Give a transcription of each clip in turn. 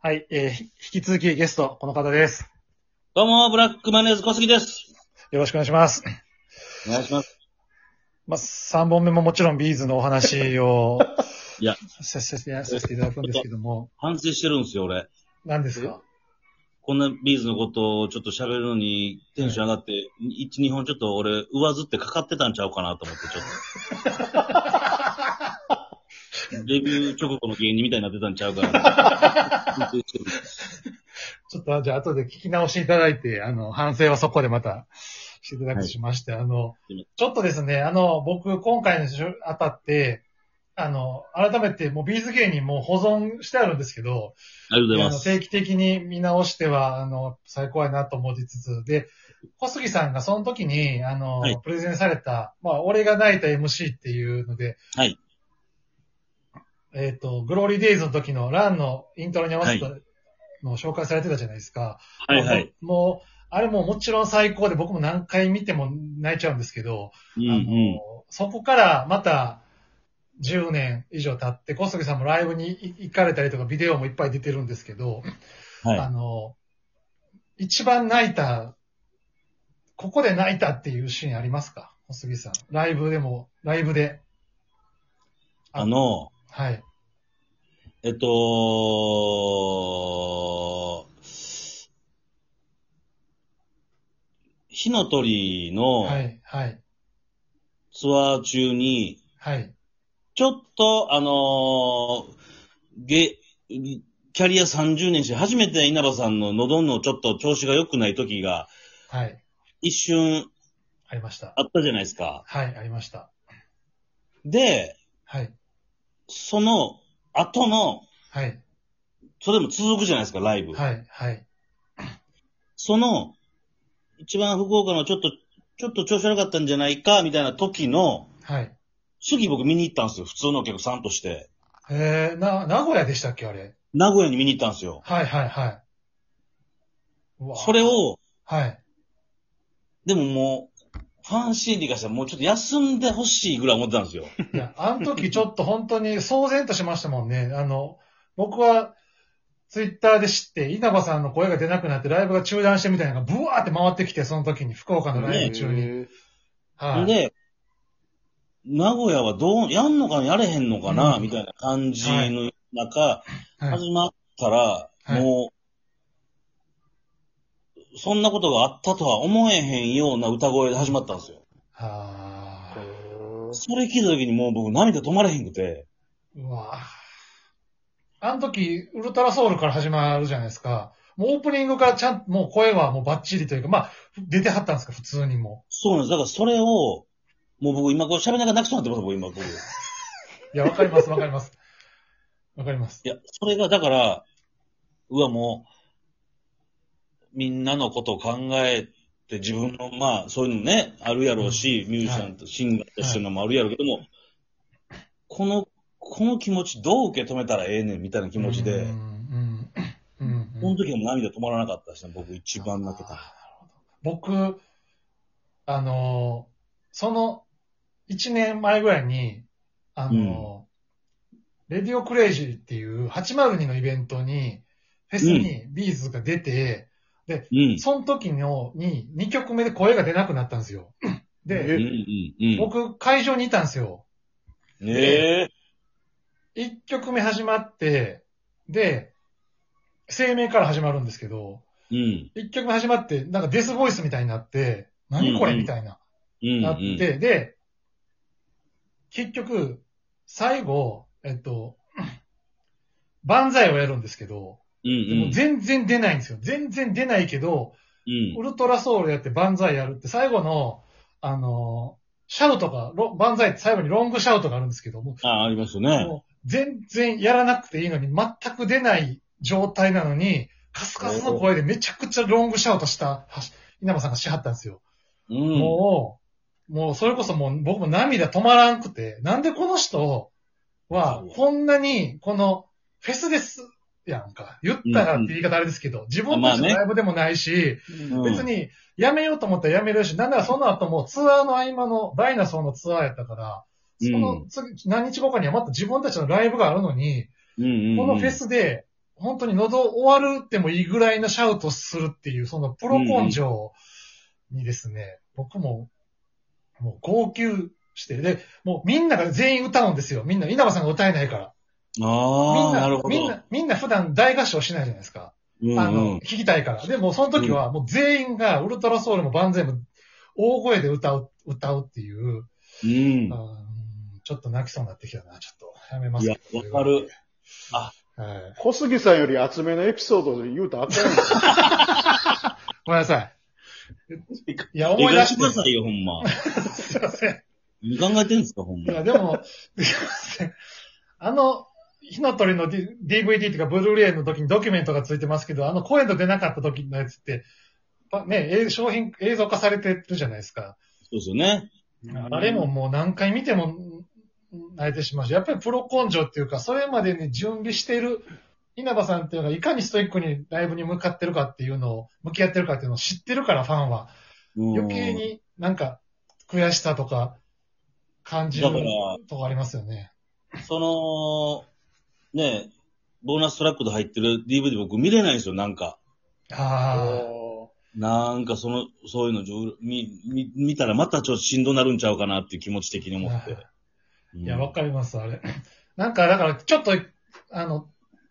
はい、えーひ引き続きゲスト、この方です。どうも、ブラックマヨネーズ小杉です。よろしくお願いします。お願いします。、まあ、3本目ももちろんビーズのお話を いやさせて、させていただくんですけども、反省してるんですよ、俺。何ですかこんなビーズのことをちょっと喋るのにテンション上がって、一、二本ちょっと俺、上ずってかかってたんちゃうかなと思って、ちょっ と。デビュー直後の芸人みたいになってたんちゃうかな。反省してるちょっと、じゃあ、後で聞き直していただいて、あの、反省はそこでまた、していただくとしまして、あの、ちょっとですね、あの、僕、今回のしょあたって、あの、改めて、もうビーズ芸人も保存してあるんですけど、ありがとうございあまのす。定期的に見直しては、あの、最高やなと思いつつ、で、小杉さんがその時に、あの、はいプレゼンされた、まあ、俺が泣いた MC っていうので、はいえっ、と、グローリーデイズの時のランのイントロに合わせたのを紹介されてたじゃないですか。はいはい。もう。もう、あれももちろん最高で僕も何回見ても泣いちゃうんですけど、うんあうん。のそこからまた10年以上経って、小杉さんもライブに行かれたりとか、ビデオもいっぱい出てるんですけど、あはの、一番泣いた、ここで泣いたっていうシーンありますか小杉さん。ライブでも、ライブで。い。あ、の、はい。えっと、火の鳥のはい、はい、ツアー中に、はい。ちょっと、あのーげ、キャリア30年して、初めて稲葉さんの喉のちょっと調子が良くない時が、はい。一瞬ありました。あったじゃないですか。はい、ありました。で、はい、その後の、はい、それでも続くじゃないですか、ライブ。はい、はい、その、一番福岡のちょっと、ちょっと調子悪かったんじゃないか、みたいな時の、はい。次僕見に行ったんですよ、普通のお客さんとして。えー、な、名古屋でしたっけあれ。名古屋に見に行ったんですよ。はい、はい、はい。うわそれ、を、はい。でももう、ファンシーディからしたらもうちょっと休んでほしいぐらい思ってたんですよ。いや、あの時ちょっと本当に騒然としましたもんね。 あの、僕は、ツイッターで知って、稲葉さんの声が出なくなって、ライブが中断してみたいなのが、ブワーって回ってきて、その時に、福岡のライブ中に。へーはい。で、名古屋はどう、やんのかな、やれへんのかな、うんみたいな感じの中、はい、始まったら、はいもう、そんなことがあったとは思えへんような歌声で始まったんですよ。あーそれ聞いた時にもう僕涙止まれへんくて、うわーあの時、ウルトラソウルから始まるじゃないですか。もうオープニングからちゃんと、もう声はもうバッチリというか、まあ、出てはったんですか、普通にもそうなんです。だからそれを、もう僕今こう喋りながら泣きそうになってます、僕今僕。う。いや、わかります、わかります。わかります。いや、それがだから、うわ、もう、みんなのことを考えて、自分の、まあ、そういうのね、あるやろうし、ミュージシャンとシンガーとしてのもあるやろうけども、この、この気持ちどう受け止めたらええねんみたいな気持ちうんで、、うん、うん。この時はもう涙止まらなかったですね、僕一番泣けた。僕、あのー、その、1年前ぐらいに、あのー、レディオクレイジーっていう802のイベントに、フェスにビーズが出て、うん。その時の、に、2曲目で声が出なくなったんですよ。うでん、うんうん。僕、会場にいたんですよ。ねえ。 1曲目始まって、で、声明から始まるんですけど、うん。 1曲目始まって、なんかデスボイスみたいになって、何こうれんうんみたいな。うん。なって、うん。で、結局、最後、えっと、万歳をやるんですけど、うでんも。全然出ないんですよ。全然出ないけど、うんウルトラソウルやって万歳やるって、最後の、あのーシャウトが、ロ万歳って最後にロングシャウトがあるんですけども、あ、ありますよね。もう全然やらなくていいのに、全く出ない状態なのに、カスカスの声でめちゃくちゃロングシャウトした、はし稲葉さんがしはったんですよ。うん。もう、もうそれこそもう僕も涙止まらんくて、なんでこの人はそうこんなにこのフェスですやんか。言ったらって言い方あれですけど、自分たちのライブでもないし、うん別にやめようと思ったらやめれるし、なんならその後もツアーの合間のダイナソーのツアーやったから、その次、何日後かにはまた自分たちのライブがあるのに、うんうんうんこのフェスで本当に喉終わるってもいいぐらいのシャウトするっていう、そのプロ根性にですね、僕も、もう号泣して、で、もうみんなが全員歌うんですよ。みんな、稲葉さんが歌えないから。みあんあ、な、なるほど。みんな、みんな普段大合唱しないじゃないですか。うんうん、あの、聞きたいから。でも、その時はもう全員が、ウルトラソウルも万全も、大声で歌う、歌うっていう、うんあ。ーうんちょっと泣きそうになってきたな、ちょっと。やめますけどいやわかる。はい。小杉さんより厚めのエピソードで言うとあったやん。ごめんなさい。いや、思い出しえくださて。いよ、ほんま。 すいません。何考えてんすか、ほんいや、ま。でも、 すいませんあの、火の鳥の D- DVD っていうか、ブルーレイの時にドキュメントがついてますけど、あの声の出なかった時のやつって、ばね、え商品、映像化されてるじゃないですか。そうですよね。あれももう何回見てもん泣いてしまうし、やっぱりプロ根性っていうか、それまでに準備している稲葉さんっていうのがいかにストイックにライブに向かってるかっていうのを、向き合ってるかっていうのを知ってるから、ファンは。うん余計。になんか悔しさとか感じるだからとかありますよね。その、ねえ、ボーナストラックで入ってる DVD 僕見れないんですよ、なんか。あなんかその、そういうのじょ見、見、見たらまたちょっとしんどなるんちゃうかなっていう気持ち的に思って。あ。いや、うんわかります、あれ。 なんか、だから、ちょっと、あの、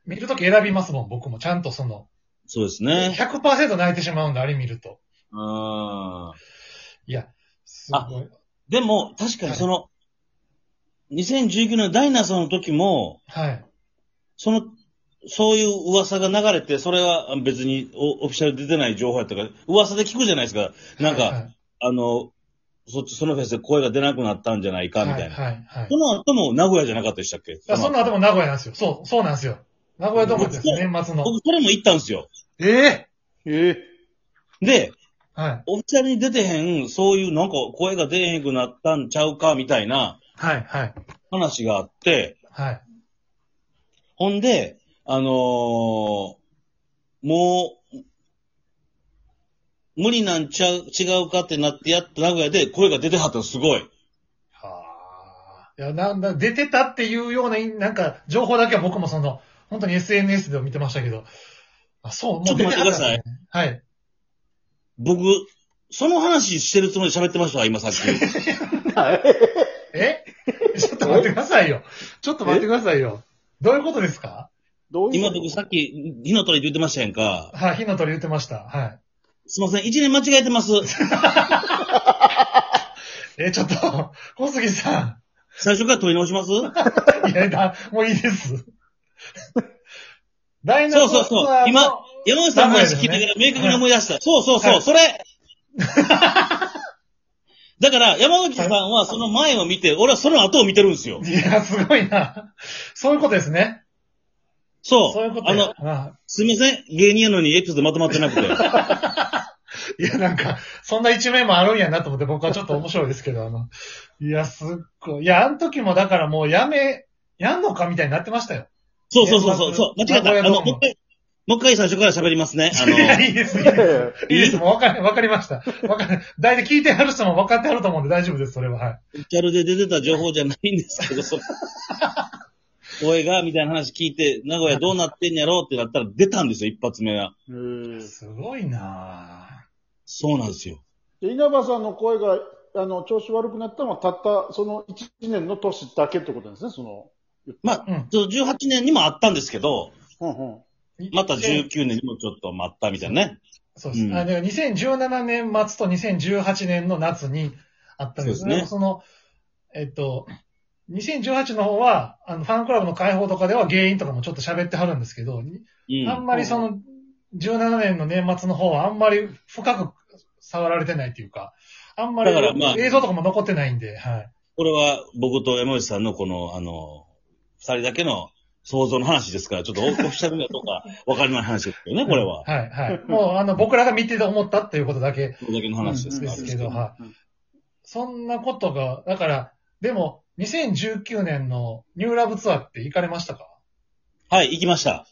見るとき選びますもん、僕も。ちゃんとその、そうですね。 100%泣いてしまうんだ、あれ見ると。うん。いや、すごい。でも、確かにその、2019年ダイナさんの時も、はい。その、そういう噂が流れて、それは別にオオフィシャルで出てない情報やったから、噂で聞くじゃないですか。なんか、はい、あの、そっち、そのフェスで声が出なくなったんじゃないか、みたいな。はい、はい。はいその後も名古屋じゃなかったでしたっけだからその後も名古屋なんですよ。そう、そうなんですよ。名古屋ドームです、年末の。僕、それも行ったんですよ。ええええで、はい。オフィシャルに出てへん、そういうなんか声が出へんくなったんちゃうか、みたいなはい、はい。話があって、はい。ほんで、あのーもう、無理なんちゃう、違うかってなって、やっと名古屋で声が出てはったのすごい。はあ。いや、なんだ、出てたっていうような、なんか、情報だけは僕もその、本当に SNS で見てましたけど。あ、そう、もうちょっと待ってくださ出いはったんですね。僕、その話してるつもりで喋ってましたわ、今 さっき。はい。え ちょっと待ってくださいよ。ちょっと待ってくださいよ。どういうことですかどういう今僕さっき、火の鳥って言ってましたやんか。はい、火の鳥言ってました。はすいません、一年間違えてます。い。え、ちょっと、小杉さ最初から取り直 しますん。いやだ、もういいです。 ダイナそソうそうそう。今、山内さんの話聞いてから明確に思い出した。そうそうはそ、いう それだから、山口さんはその前を見て、俺はその後を見てるんですよ。いや、すごいな。そういうことですね。そう。そういうことあやの、あすみません。芸人やのにエピソードまとまってなく て。 いや、なんか、そんな一面もあるんやなと思って、僕はちょっと面白いですけど、あの、いや、すっごい。いや、あの時もだからもうやめ、やんのかみたいになってましたよ。そうそうそうそうそう。間違えた。名古屋あドームの、もう一回、もう一回最初から喋りますね。あ いや、の、いいです、いいいやいです。やいいです、もうわかり、わかりました。わかる。大体聞いてはる人も分かってはると思うんで大丈夫です、それは。はい。ギャルで出てた情報じゃないんですけど、その声が、みたいな話聞いて、名古屋どうなってんやろうってなったら出たんですよ、一発目が。ええすごいなそうなんですよ。で稲葉さんの声が、あの、調子悪くなったのは、たった、その1年の年だけってことなんですね、その。まあ、うんちょっと18年にもあったんですけど、うんうん。ぁまた19年にもちょっと待ったみたいなね。そうです。うんあで2017年末と2018年の夏にあったんですそうですねね。その、えっと、2018の方は、あの、ファンクラブの解放とかでは原因とかもちょっと喋ってはるんですけど、うあんん。まりその、17年の年末の方はあんまり深く触られてないっていうか、あんまりだからまあ映像とかも残ってないんで、はい。これは僕と山内さんのこの、あの、二人だけの想像の話ですから、ちょっとオフィシャルにはどうかわかりない話ですけどね、これは。はい、 はい。もう、あの、僕らが見てて思ったっていうことだけこれだけの話ですでから。すけど、はうんそんなことが、だから、でも、2019年のニューラブツアーって行かれましたかはい、行きました。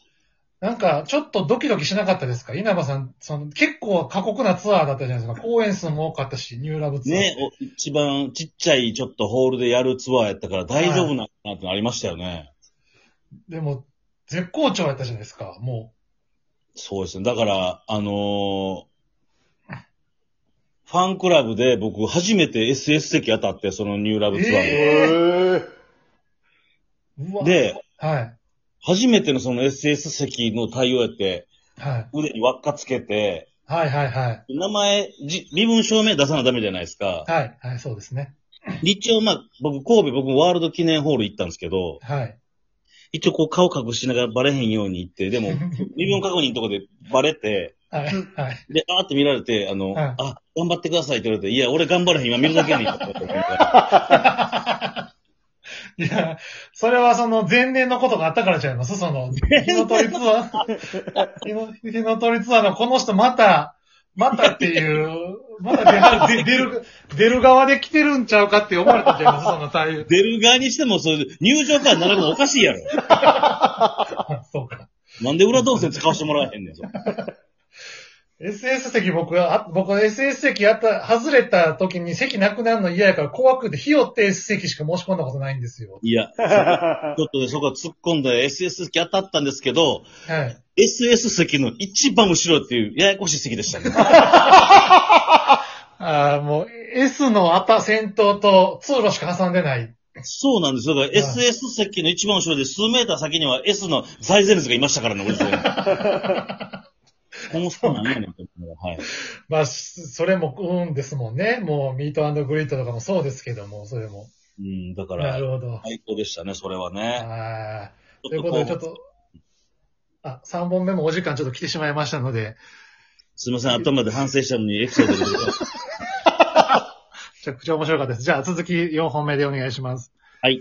なんか、ちょっとドキドキしなかったですか稲葉さん、その、結構過酷なツアーだったじゃないですか。公演数も多かったし、ニューラブツアー。ね、お一番ちっちゃいちょっとホールでやるツアーやったから大丈夫なのかなってのありましたよね。でも、絶好調やったじゃないですか、もそうですね。だから、あのーファンクラブで僕初めて SS 席当たって、そのニューラブツアーえで。ええう。うわ、で、はい。初めてのその SS 席の対応やって、はい。腕に輪っかつけて、はい、はい、はい。名前、じ身分証明出さなダメじゃないですか。はい、はい、そうですね。一応まあ、僕神戸、僕ワールド記念ホール行ったんですけど、はい。一応こう顔隠しながらバレへんように行っ て、でも、身分確認のとこでバレて、はい、はい。で、あーって見られて、あの、うんあ、頑張ってくださいって言われて、いや、俺頑張らへん、今見るだけやねんって言ったら。いや、それはその前年のことがあったからちゃいますその、日の鳥ツアー、日の日の鳥ツアーのこの人また、またっていう、また出は出出る、出る側で来てるんちゃうかって思われたんちゃいますその対応。出る側にしても、そういう入場から並ぶのおかしいやろ。 あそうか。なんで裏動線使わせてもらえへんねん、それ SS 席僕は、あ僕 SS 席やった、外れた時に席なくなるの嫌やから怖くて、ひよって S 席しか申し込んだことないんですよ。いや、ちょっとね、そこは突っ込んで SS 席当たったんですけど、はい。 SS 席の一番後ろっていうややこしい席でしたね。ああ、もう S のあた先頭と通路しか挟んでない。そうなんですよ。だから SS 席の一番後ろで数メーター先には S の財前列がいましたからね、俺 それ。この人なんやねんって思うはい。まあ、しそれも、うんですもんね。もう、ミートグリッドとかもそうですけども、それも。うん、だかなるら、ほど。最高でしたね、それはね。ああ。とちいうょっとことこで、ちょっう、と、あ、3本目もお時間ちょっと来てしまいましたので、すいません、頭で反省したのにエピソードで。めちゃくちゃ面白かったです。じゃあ、続き4本目でお願いします。はい。